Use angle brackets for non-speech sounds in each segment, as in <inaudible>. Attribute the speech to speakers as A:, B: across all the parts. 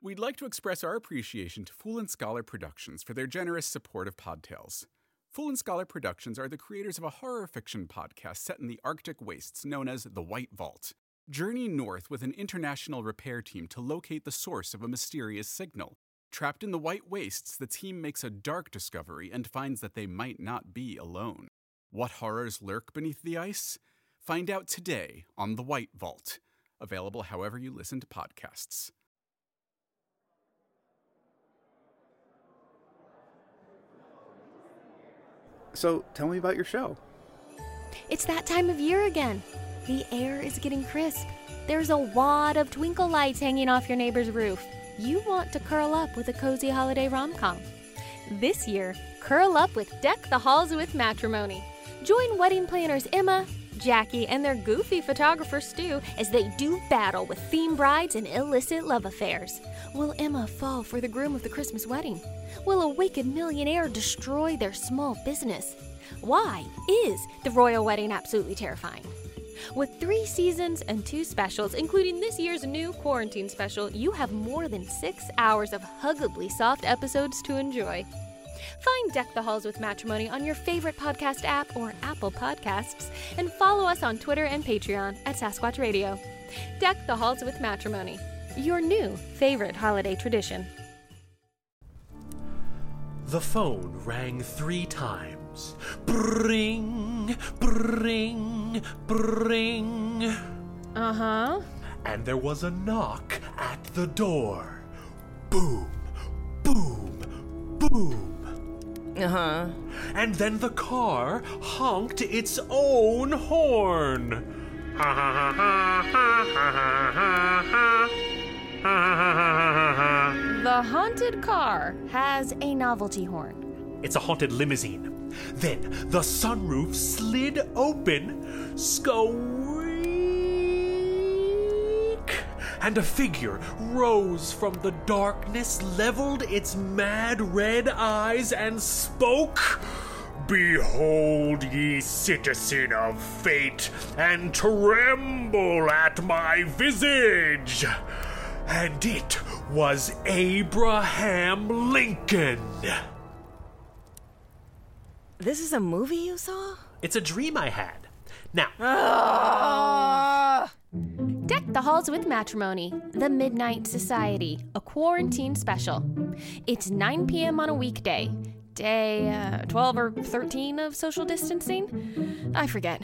A: We'd like to express our appreciation to Fool and Scholar Productions for their generous support of Podtales. Fool and Scholar Productions are the creators of a horror fiction podcast set in the Arctic wastes known as The White Vault. Journey north with an international repair team to locate the source of a mysterious signal. Trapped in the White Wastes, the team makes a dark discovery and finds that they might not be alone. What horrors lurk beneath the ice? Find out today on The White Vault, available however you listen to podcasts.
B: So tell me about your show.
C: It's that time of year again. The air is getting crisp. There's a wad of twinkle lights hanging off your neighbor's roof. You want to curl up with a cozy holiday rom com. This year, curl up with Deck the Halls with Matrimony. Join wedding planners Emma, Jackie, and their goofy photographer Stu as they do battle with theme brides and illicit love affairs. Will Emma fall for the groom of the Christmas wedding? Will a wicked millionaire destroy their small business? Why is the royal wedding absolutely terrifying? With three seasons and two specials, including this year's new quarantine special, you have more than six hours of huggably soft episodes to enjoy. Find Deck the Halls with Matrimony on your favorite podcast app or Apple Podcasts, and follow us on Twitter and Patreon at Sasquatch Radio. Deck the Halls with Matrimony, your new favorite holiday tradition.
D: The phone rang three times. Bring, bring, bring.
C: Uh huh.
D: And there was a knock at the door. Boom, boom, boom.
E: Uh huh.
D: And then the car honked its own horn. Ha ha ha ha ha ha ha ha. Ha ha ha ha ha ha.
C: The haunted car has a novelty horn.
D: It's a haunted limousine. Then the sunroof slid open, squeak, and a figure rose from the darkness, leveled its mad red eyes, and spoke. Behold, ye citizen of fate, and tremble at my visage! And it was Abraham Lincoln!
E: This is a movie you saw?
D: It's a dream I had. Now,
C: Deck the Halls with Matrimony, The Midnight Society, a quarantine special. It's 9 p.m. on a weekday, day uh, 12 or 13 of social distancing. I forget.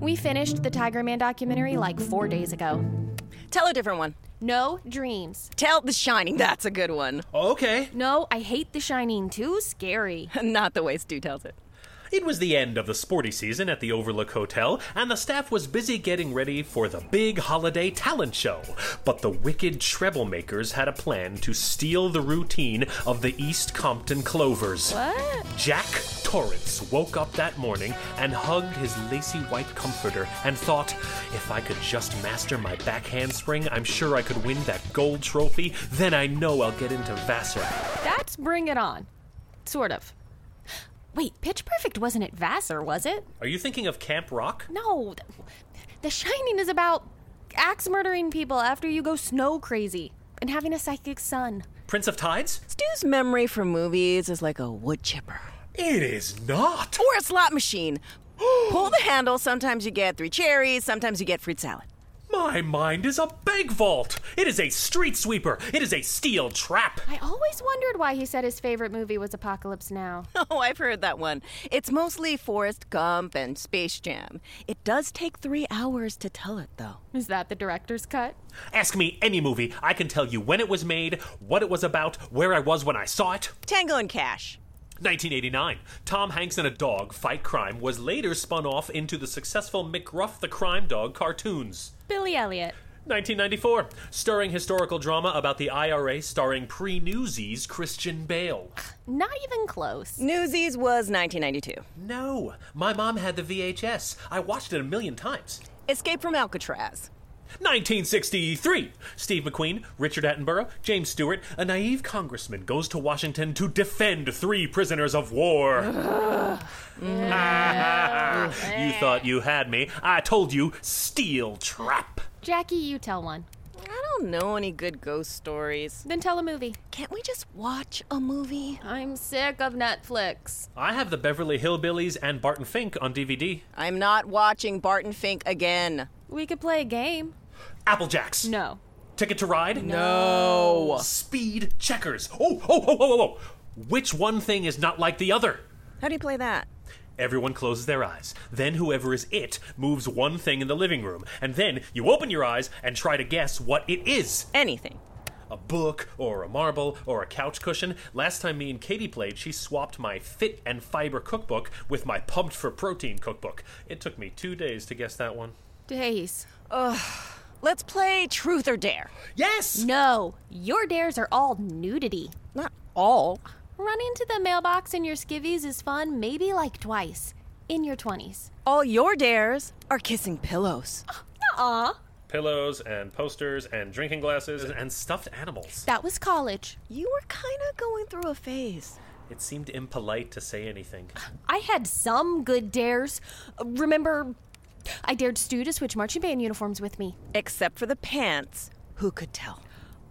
C: We finished the Tiger Man documentary like four days ago.
E: Tell a different one.
C: No dreams.
E: Tell The Shining. That's a good one. <laughs>
D: okay.
C: No, I hate The Shining. Too scary. <laughs>
E: Not the way Stu tells it.
D: It was the end of the sporty season at the Overlook Hotel, and the staff was busy getting ready for the big holiday talent show. But the wicked treble makers had a plan to steal the routine of the East Compton Clovers.
C: What?
D: Jack Torrance woke up that morning and hugged his lacy white comforter and thought, if I could just master my back handspring, I'm sure I could win that gold trophy. Then I know I'll get into Vassar.
C: That's Bring It On. Sort of. Wait, Pitch Perfect wasn't at Vassar, was it?
D: Are you thinking of Camp Rock?
C: No. th- The Shining is about axe murdering people after you go snow crazy and having a psychic son.
D: Prince of Tides?
E: Stu's memory for movies is like a wood chipper
D: It is not.
E: or a slot machine. <gasps> Pull the handle, sometimes you get three cherries, sometimes you get fruit salad. <laughs>
D: My mind is a bank vault. It is a street sweeper. It is a steel trap.
C: I always wondered why he said his favorite movie was Apocalypse Now. <laughs>
E: Oh, I've heard that one. It's mostly Forrest Gump and Space Jam. It does take three hours to tell it, though.
C: Is that the director's cut?
D: Ask me any movie. I can tell you when it was made, what it was about, where I was when I saw it.
E: Tango and Cash.
D: 1989. Tom Hanks and a dog fight crime was later spun off into the successful McGruff the Crime Dog cartoons.
C: Billy Elliot.
D: 1994. Stirring historical drama about the IRA starring pre Newsies Christian Bale.
C: Not even close.
E: Newsies was 1992.
D: No, my mom had the VHS. I watched it a million times.
E: Escape from Alcatraz.
D: 1963. Steve McQueen, Richard Attenborough, James Stewart, a naive congressman goes to Washington to defend three prisoners of war. <laughs> you thought you had me. I told you, steel trap.
C: Jackie, you tell one.
E: I don't know any good ghost stories.
C: Then tell a movie.
E: Can't we just watch a movie?
C: I'm sick of Netflix.
D: I have the Beverly Hillbillies and Barton Fink on DVD.
E: I'm not watching Barton Fink again.
C: We could play a game.
D: Applejacks.
C: No.
D: Ticket to Ride.
E: No.
D: Speed checkers. Oh, oh, oh, oh, oh, oh. Which one thing is not like the other?
E: How do you play that?
D: Everyone closes their eyes. Then whoever is it moves one thing in the living room. And then you open your eyes and try to guess what it is
E: Anything.
D: a book, or a marble, or a couch cushion. Last time me and Katie played, she swapped my Fit and Fiber cookbook with my Pumped for Protein cookbook. It took me two days to guess that one.
C: Days.
E: Let's play Truth or Dare.
D: Yes!
C: No. Your dares are all nudity.
E: Not all.
C: Run into the mailbox in your skivvies is fun maybe like twice in your 20s.
E: All your dares are kissing pillows.
C: Aw.
D: Pillows and posters and drinking glasses and stuffed animals.
C: That was college.
E: You were kind of going through a phase.
D: It seemed impolite to say anything.
C: I had some good dares. Remember, I dared Stu to switch marching band uniforms with me.
E: Except for the pants. Who could tell?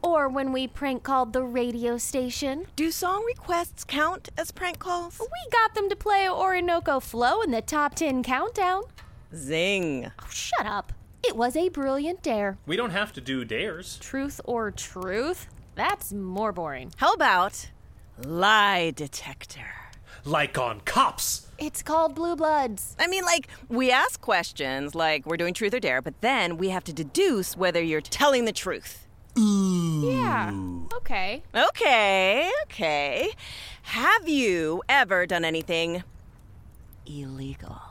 C: Or when we prank called the radio station.
E: Do song requests count as prank calls?
C: We got them to play Orinoco Flow in the top 10 countdown.
E: Zing.
C: Oh, shut up. It was a brilliant dare.
D: We don't have to do dares.
C: Truth or truth? That's more boring.
E: How about lie detector?
D: Like on cops.
C: It's called Blue Bloods.
E: I mean, like, we ask questions like we're doing truth or dare, but then we have to deduce whether you're telling the truth.
C: Yeah. Okay.
E: Okay, okay. Have you ever done anything illegal?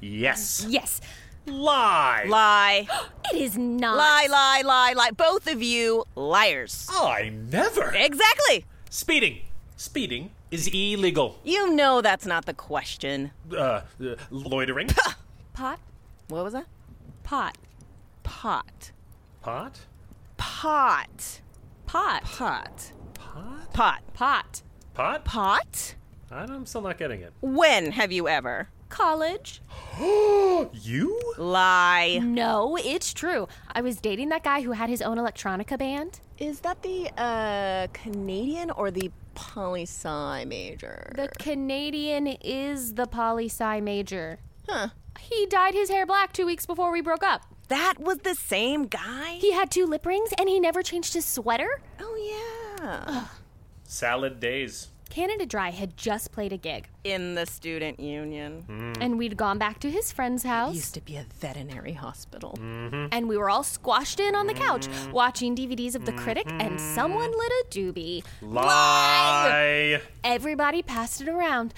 D: Yes.
C: Yes.
D: Lie.
E: <gasps> Lie,
C: It is not.
E: lie, lie, lie, lie. Both of you liars.
D: I never.
E: Exactly.
D: Speeding. Speeding is illegal.
E: You know that's not the question.
D: Uh, uh loitering. <laughs>
C: Pot?
E: What was that?
C: Pot.
E: Pot.
D: Pot?
E: Pot.
C: Pot.
E: Pot.
D: Pot?
E: Pot.
C: Pot.
D: Pot?
E: Pot?
D: I'm still not getting it.
E: When have you ever?
C: College?
D: You?
E: Lie.
C: No, it's true. I was dating that guy who had his own electronica band.
E: Is that the uh, Canadian or the poli sci major?
C: The Canadian is the poli sci major. Huh. He dyed his hair black two weeks before we broke up.
E: that was the same guy?
C: He had two lip rings and he never changed his sweater.
E: oh, yeah.
D: Salad days.
C: Canada Dry had just played a gig,
E: In the student union.
C: and we'd gone back to his friend's house,
E: Used to be a veterinary hospital.
C: and we were all squashed in on the couch, watching DVDs of The Critic, and someone lit a doobie.
D: Lie.
C: Everybody passed it around.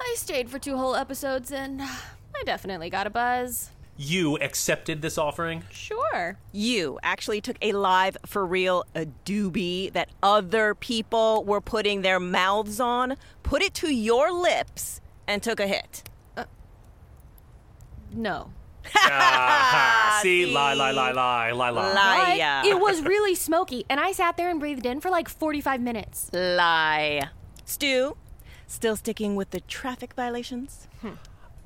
C: I stayed for two whole episodes, and I definitely got a buzz.
D: You accepted this offering?
C: Sure.
E: You actually took a live, for real, a doobie that other people were putting their mouths on, put it to your lips, and took a hit.
C: No.
D: Ah, see, lie, lie, lie, lie, lie, lie.
C: But
E: Lie.
C: it <laughs> was really smoky, and I sat there and breathed in for like 45 minutes.
E: Lie. Stu, still sticking with the traffic violations?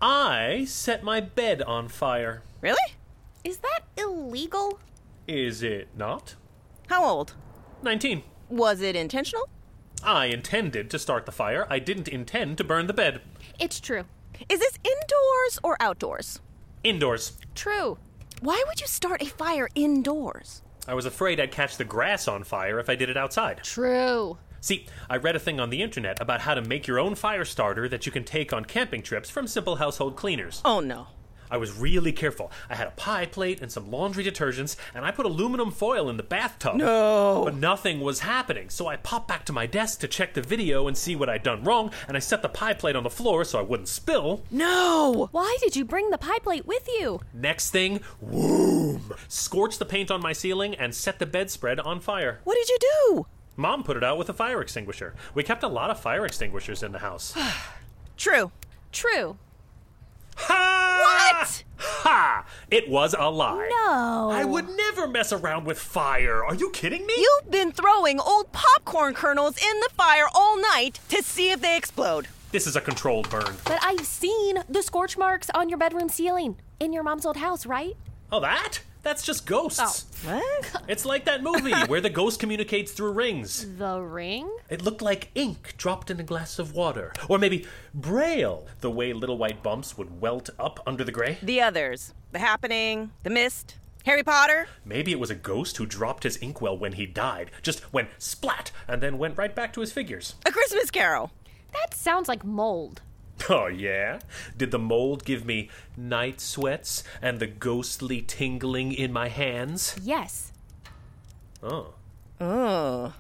D: I set my bed on fire.
E: Really?
C: Is that illegal?
D: Is it not?
E: How old?
D: 19.
E: Was it intentional?
D: I intended to start the fire. I didn't intend to burn the bed.
C: It's true.
E: Is this indoors or outdoors?
D: Indoors.
C: True.
E: Why would you start a fire indoors?
D: I was afraid I'd catch the grass on fire if I did it outside.
C: True.
D: See, I read a thing on the internet about how to make your own fire starter that you can take on camping trips from simple household cleaners.
E: Oh no.
D: I was really careful. I had a pie plate and some laundry detergents, and I put aluminum foil in the bathtub. No! But nothing was happening, so I popped back to my desk to check the video and see what I'd done wrong, and I set the pie plate on the floor so I wouldn't spill.
E: No!
C: Why did you bring the pie plate with you?
D: Next thing, whoom! Scorched the paint on my ceiling and set the bedspread on fire.
E: What did you do?
D: Mom put it out with a fire extinguisher. We kept a lot of fire extinguishers in the house.
E: True.
C: True.
D: Ha!
E: What?
D: Ha! It was a lie.
C: No.
D: I would never mess around with fire. Are you kidding me?
E: You've been throwing old popcorn kernels in the fire all night to see if they explode.
D: This is a controlled burn.
C: But I've seen the scorch marks on your bedroom ceiling in your mom's old house, right?
D: Oh, that? That's just ghosts.
E: What?
D: It's like that movie where the ghost communicates through rings.
C: The ring?
D: It looked like ink dropped in a glass of water. Or maybe braille, the way little white bumps would welt up under the gray.
E: The others. The Happening, The Mist, Harry Potter.
D: Maybe it was a ghost who dropped his inkwell when he died, just went splat, and then went right back to his figures.
E: A Christmas Carol.
C: That sounds like mold.
D: Oh, yeah? Did the mold give me night sweats and the ghostly tingling in my hands?
C: Yes.
D: Oh.
E: Oh.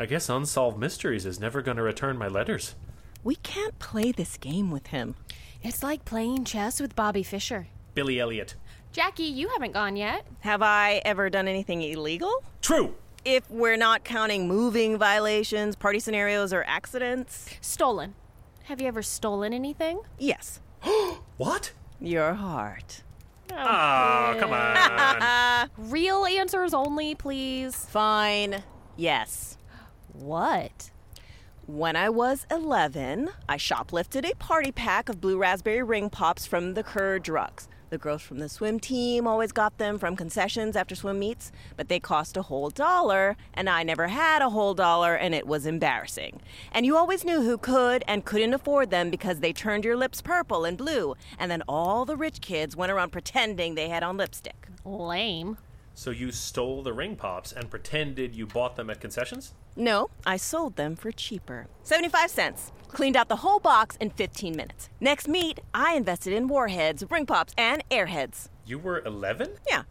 D: I guess Unsolved Mysteries is never going to return my letters.
E: We can't play this game with him.
C: It's like playing chess with Bobby Fischer.
D: Billy Elliot.
C: Jackie, you haven't gone yet.
E: Have I ever done anything illegal?
D: True!
E: If we're not counting moving violations, party scenarios, or accidents?
C: Stolen. Have you ever stolen anything?
E: Yes.
D: What?
E: Your heart.
D: Ah, come on.
C: Real answers only, please.
E: Fine. Yes.
C: What?
E: When I was 11, I shoplifted a party pack of blue raspberry ring pops from the Kerr Drugs. The girls from the swim team always got them from concessions after swim meets, but they cost a whole dollar, and I never had a whole dollar, and it was embarrassing. And you always knew who could and couldn't afford them because they turned your lips purple and blue, and then all the rich kids went around pretending they had on lipstick.
C: Lame.
D: so you stole the ring pops and pretended you bought them at concessions?
E: No, I sold them for cheaper. 75 cents. Cleaned out the whole box in 15 minutes. Next meet, I invested in warheads, ring pops, and airheads.
D: You were 11?
E: Yeah.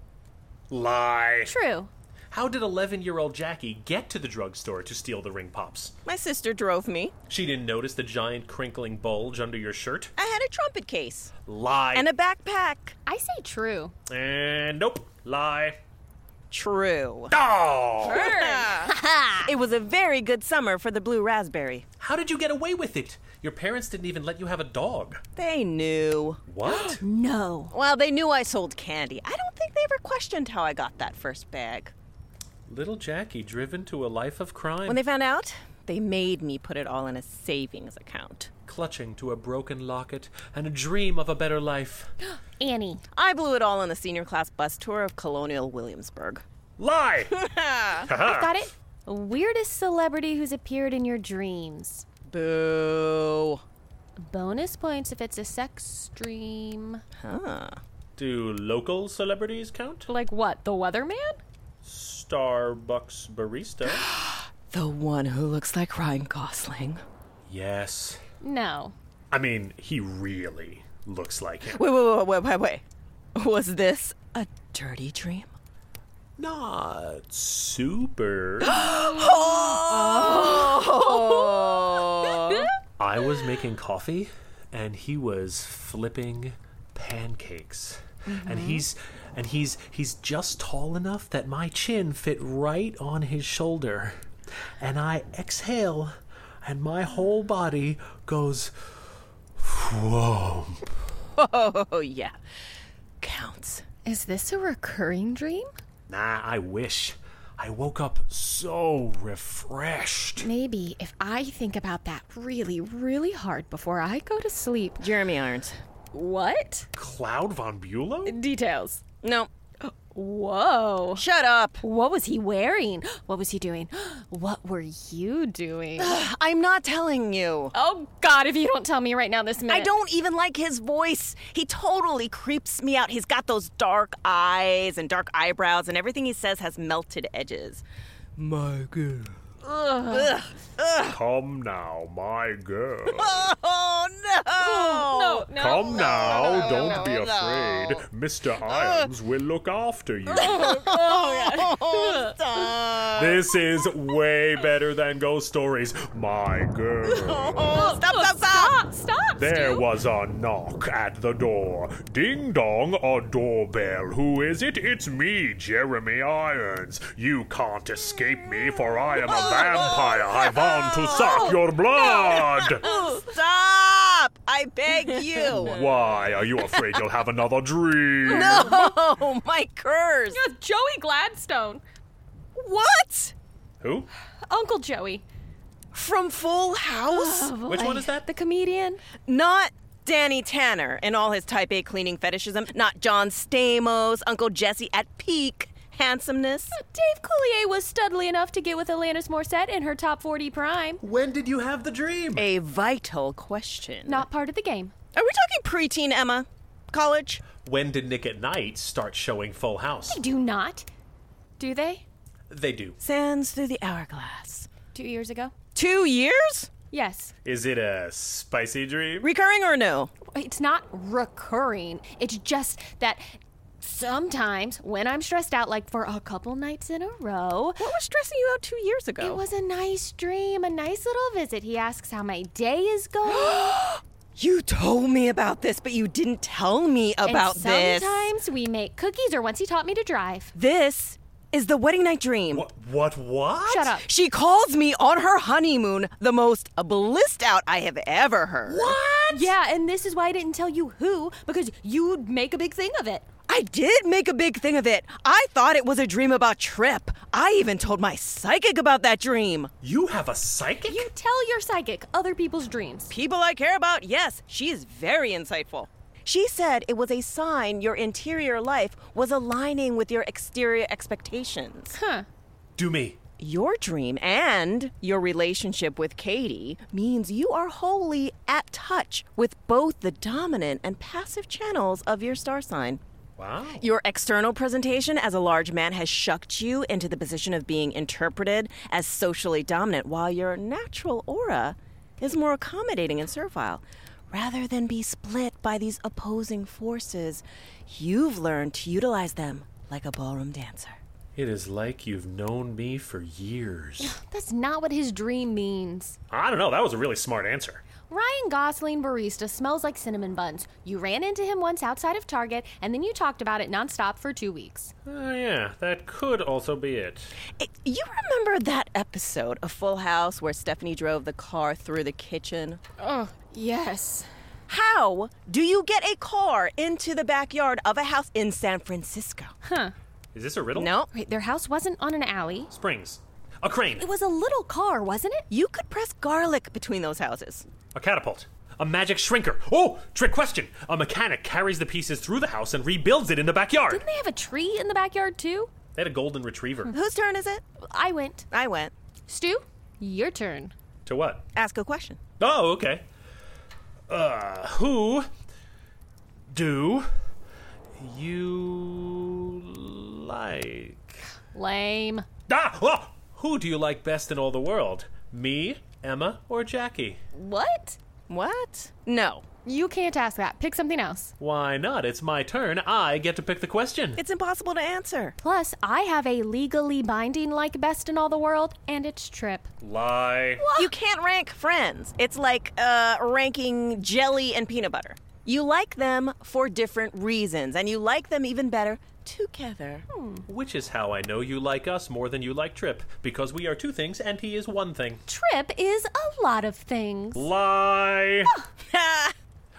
D: Lie.
C: True.
D: How did 11 year old Jackie get to the drugstore to steal the ring pops?
E: My sister drove me.
D: She didn't notice the giant crinkling bulge under your shirt?
E: I had a trumpet case
D: Lie.
E: and a backpack.
C: I say true.
D: And nope. Lie.
E: True.
D: Oh!
E: <laughs> it was a very good summer for the blue raspberry.
D: How did you get away with it? Your parents didn't even let you have a dog.
E: They knew.
D: What?
C: No.
E: Well, they knew I sold candy. I don't think they ever questioned how I got that first bag.
D: <gasps> Little Jackie driven to a life of crime,
E: When they found out, they made me put it all in a savings account.
D: clutching to a broken locket and a dream of a better life.
C: Annie.
E: I blew it all on the senior class bus tour of Colonial Williamsburg.
D: <gasps> Lie!
C: Got it? Weirdest celebrity who's appeared in your dreams.
E: Boo.
C: Bonus points if it's a sex dream.
E: Huh.
D: <laughs> Do local celebrities count?
C: Like what? The weatherman?
D: Starbucks barista? <gasps>
E: The one who looks like Ryan Gosling.
D: yes.
C: No.
D: I mean, he really looks like him.
E: Wait, wait, wait, Oh, wait, wait, wait. Was this a dirty dream?
D: Not super.
E: Oh.
D: I was making coffee and he was flipping pancakes. And he's and he's he's just tall enough that my chin fit right on his shoulder. And I exhale and my whole body goes whoa.
E: <laughs> oh, yeah. Counts.
C: Is this a recurring dream?
D: Nah, I wish. I woke up so refreshed.
C: Maybe if I think about that really, really hard before I go to sleep.
E: Jeremy Irons.
C: What?
D: Cloud von Bulow?
C: Details.
E: No.
C: Whoa.
E: Shut up.
C: What was he wearing? What was he doing? <gasps> What were you <gasps> doing?
E: I'm not telling you.
C: oh, God, if you don't tell me right now this minute.
E: I don't even like his voice. He totally creeps me out. He's got those dark eyes and dark eyebrows, and everything he says has melted edges.
D: My girl. Come now, my girl.
E: Oh
C: No,
E: no!
C: no. Uh.
D: Come now, don't be afraid. Mr. Irons will look after
C: <laughs>
D: you.
E: Oh, <laughs>
D: this is way better than ghost stories, my
C: <laughs>
D: girl.
E: Oh, Stop! Stop! Stop!
C: Stop, stop.
D: There
C: Stu.
D: was a knock at the door. Ding dong, a doorbell. Who is it? It's me, Jeremy Irons. You can't escape me, for I am a
C: <laughs>
D: vampire. I want to suck your blood.
C: <laughs>
E: Stop! I beg <laughs> you.
D: Why are you afraid you'll have
C: <laughs>
D: another dream?
E: no, my curse.
C: That's Joey Gladstone.
E: What?
D: Who?
C: Uncle Joey.
E: From Full House? Oh.
D: Which one is that?
C: The comedian.
E: Not Danny Tanner and all his type A cleaning fetishism, not John Stamos, Uncle Jesse at peak handsomeness.
C: Dave Coulier was studly enough to get with Alanis Morissette in her top 40 prime.
D: When did you have the dream?
E: A vital question.
C: Not part of the game.
E: Are we talking preteen, Emma? College?
D: When did Nick at Night start showing Full House?
C: They do not. Do they?
D: They do.
E: Sands through the hourglass.
C: Two years ago?
E: Two years?
C: Yes.
D: Is it a spicy dream?
E: Recurring or no?
C: It's not recurring. It's just that sometimes when I'm stressed out, like for a couple nights in a row,
E: What was stressing you out two years ago?
C: it was a nice dream, a nice little visit. He asks how my day
E: <gasps>
C: is going.
E: You told me about this, but you didn't tell me about
C: and
E: this.
C: Sometimes we make cookies, or once he taught me to drive.
E: This is the wedding night dream.
D: What? What? What?
C: Shut up.
E: She calls me on her honeymoon the most blissed out I have ever heard. What?
C: Yeah, and this is why I didn't tell you who, because you'd make a big thing of it.
E: I did make a big thing of it. I thought it was a dream about Trip. I even told my psychic about that dream.
D: You have a psychic?
C: You tell your psychic other people's dreams.
E: People I care about, yes, she is very insightful. She said it was a sign your interior life was aligning with your exterior expectations.
D: Do me.
E: Your dream and your relationship with Katie means you are wholly at touch with both the dominant and passive channels of your star sign.
D: Wow.
E: Your external presentation as a large man has shucked you into the position of being interpreted as socially dominant, while your natural aura is more accommodating and servile. Rather than be split by these opposing forces, you've learned to utilize them like a ballroom dancer.
D: It is like you've known me for years.
C: That's not what his dream means.
D: I don't know. That was a really smart answer.
C: Ryan Gosling barista smells like cinnamon buns. You ran into him once outside of Target, and then you talked about it nonstop for two weeks.
D: Oh, yeah. That could also be it.
E: Eh, You remember that episode of Full House where Stephanie drove the car through the kitchen?
C: Yes.
E: How do you get a car into the backyard of a house in San Francisco?
D: Is this a riddle?
E: No,
C: Wait, their house wasn't on an alley.
D: Springs. A crane.
C: It was a little car, wasn't it?
E: you could press garlic between those houses.
D: A catapult. A magic shrinker. Oh, trick question. A mechanic carries the pieces through the house and rebuilds it in the backyard.
C: Didn't Hmm. they have a tree in the backyard, too?
D: They had a golden retriever.
E: Whose turn is it?
C: I went.
E: I went.
C: Stu, your turn.
D: to what?
E: Ask a question.
D: Oh, okay. Uh, who do you like?
C: Lame.
D: Ah, oh, who do you like best in all the world? Me, Emma, or Jackie?
C: What?
E: What? No.
C: You can't ask that. Pick something else.
D: Why not? It's my turn. I get to pick the question.
E: It's impossible to answer.
C: Plus, I have a legally binding like best in all the world, and it's Trip.
D: Lie.
E: You can't rank friends. It's like uh, ranking jelly and peanut butter. You like them for different reasons, and you like them even better together.
D: Which is how I know you like us more than you like Trip, because we are two things and he is one thing.
C: Trip is a lot of things.
D: Lie.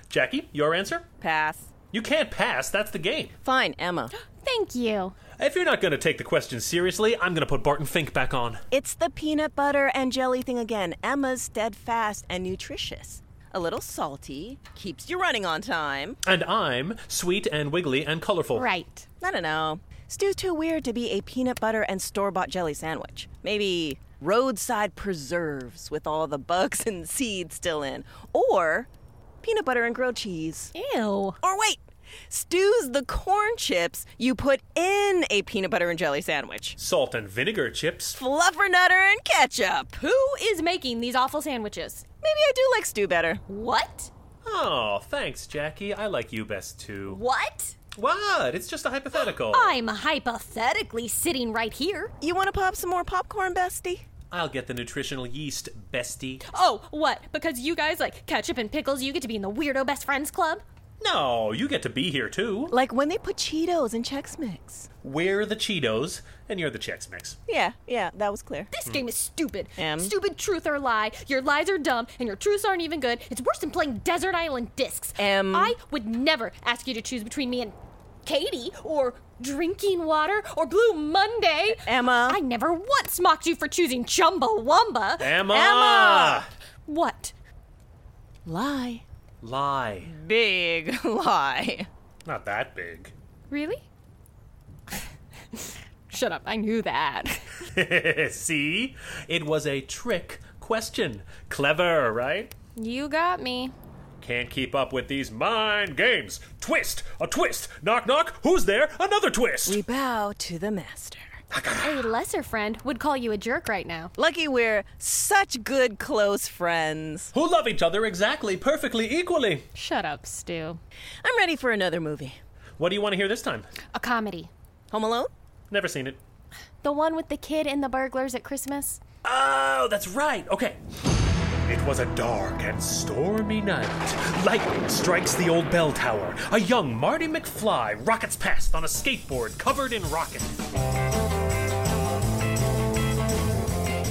D: Jackie, your answer?
E: Pass.
D: You can't pass. That's the game.
E: Fine, Emma.
C: Thank you.
D: If you're not going to take the question seriously, I'm going to put Barton Fink back on.
E: <gasps> It's the peanut butter and jelly thing again. Emma's steadfast and nutritious. A little salty, keeps you running on time.
D: And I'm sweet and wiggly and colorful.
C: Right.
E: I don't know. Stew's too weird to be a peanut butter and store bought jelly sandwich. Maybe roadside preserves with all the bugs <laughs> and seeds still in. Or peanut butter and grilled cheese.
C: Ew.
E: Or wait, Stew's the corn chips you put in a peanut butter and jelly sandwich.
D: Salt and vinegar chips.
E: Fluffernutter and ketchup. Who?
C: Who is making these awful sandwiches?
E: Maybe I do like stew better.
C: What?
D: Oh, thanks, Jackie. I like you best too.
C: What?
D: What? It's just a hypothetical.
C: I'm hypothetically sitting right here.
E: You want to pop some more popcorn, bestie?
D: I'll get the nutritional yeast, bestie.
C: Oh, what? Because you guys like ketchup and pickles, you get to be in the weirdo best friends club?
D: No, you get to be here too.
E: Like when they put Cheetos in Chex Mix.
D: We're the Cheetos, and you're the Chex Mix.
E: Yeah, yeah, that was clear.
C: This game is stupid.
E: Em?
C: Stupid truth or lie. Your lies are dumb and your truths aren't even good. It's worse than playing Desert Island Discs.
E: Em?
C: I would never ask you to choose between me and Katie or drinking water or Blue Monday.
E: Emma?
C: I never once mocked you for choosing Chumbawamba.
D: Emma!
E: Emma!
C: What?
E: Lie.
D: Lie.
E: Big <laughs> lie.
D: Not that big. <laughs>
C: Really? <laughs> Shut up. I knew that.
D: See? It was a trick question. Clever, right?
C: You got me.
D: Can't keep up with these mind games. Twist! A twist! Knock, knock! Who's there? Another twist!
E: We bow to the master.
C: A lesser friend would call you a jerk right now.
E: Lucky we're such good close friends.
D: Who love each other exactly, perfectly, equally.
C: Shut up, Stu.
E: I'm ready for another movie.
D: What do you want to hear this time?
C: A comedy.
E: Home Alone?
D: Never seen it.
C: The one with the kid and the burglars at Christmas?
D: Oh, that's right. Okay. It was a dark and stormy night. Lightning strikes the old bell tower. A young Marty McFly rockets past on a skateboard covered in rocket.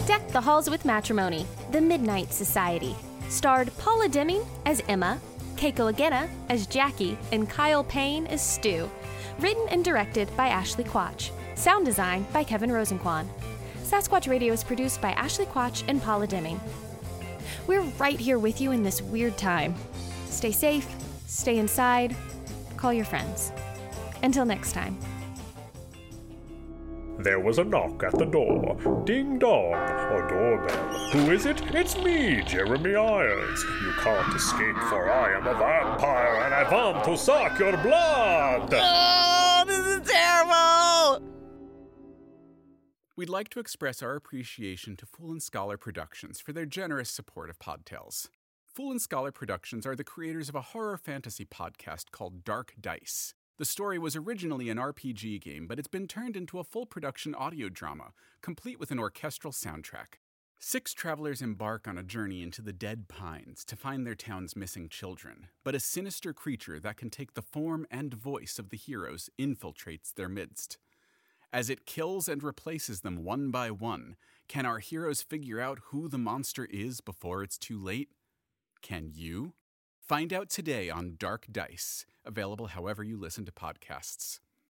C: Deck the Halls with Matrimony, The Midnight Society. Starred Paula Deming as Emma, Keiko Agena as Jackie, and Kyle Payne as Stu. Written and directed by Ashley Quach. Sound design by Kevin Rosenquan. Sasquatch Radio is produced by Ashley Quach and Paula Deming. We're right here with you in this weird time. Stay safe, stay inside, call your friends. Until next time.
D: There was a knock at the door. Ding dong, a doorbell. Who is it? It's me, Jeremy Irons. You can't escape, for I am a vampire and I want to suck your blood.
E: Oh, this is terrible!
A: We'd like to express our appreciation to Fool and Scholar Productions for their generous support of Podtales. Fool and Scholar Productions are the creators of a horror fantasy podcast called Dark Dice. The story was originally an RPG game, but it's been turned into a full production audio drama, complete with an orchestral soundtrack. Six travelers embark on a journey into the Dead Pines to find their town's missing children, but a sinister creature that can take the form and voice of the heroes infiltrates their midst. As it kills and replaces them one by one, can our heroes figure out who the monster is before it's too late? Can you? Find out today on Dark Dice, available however you listen to podcasts.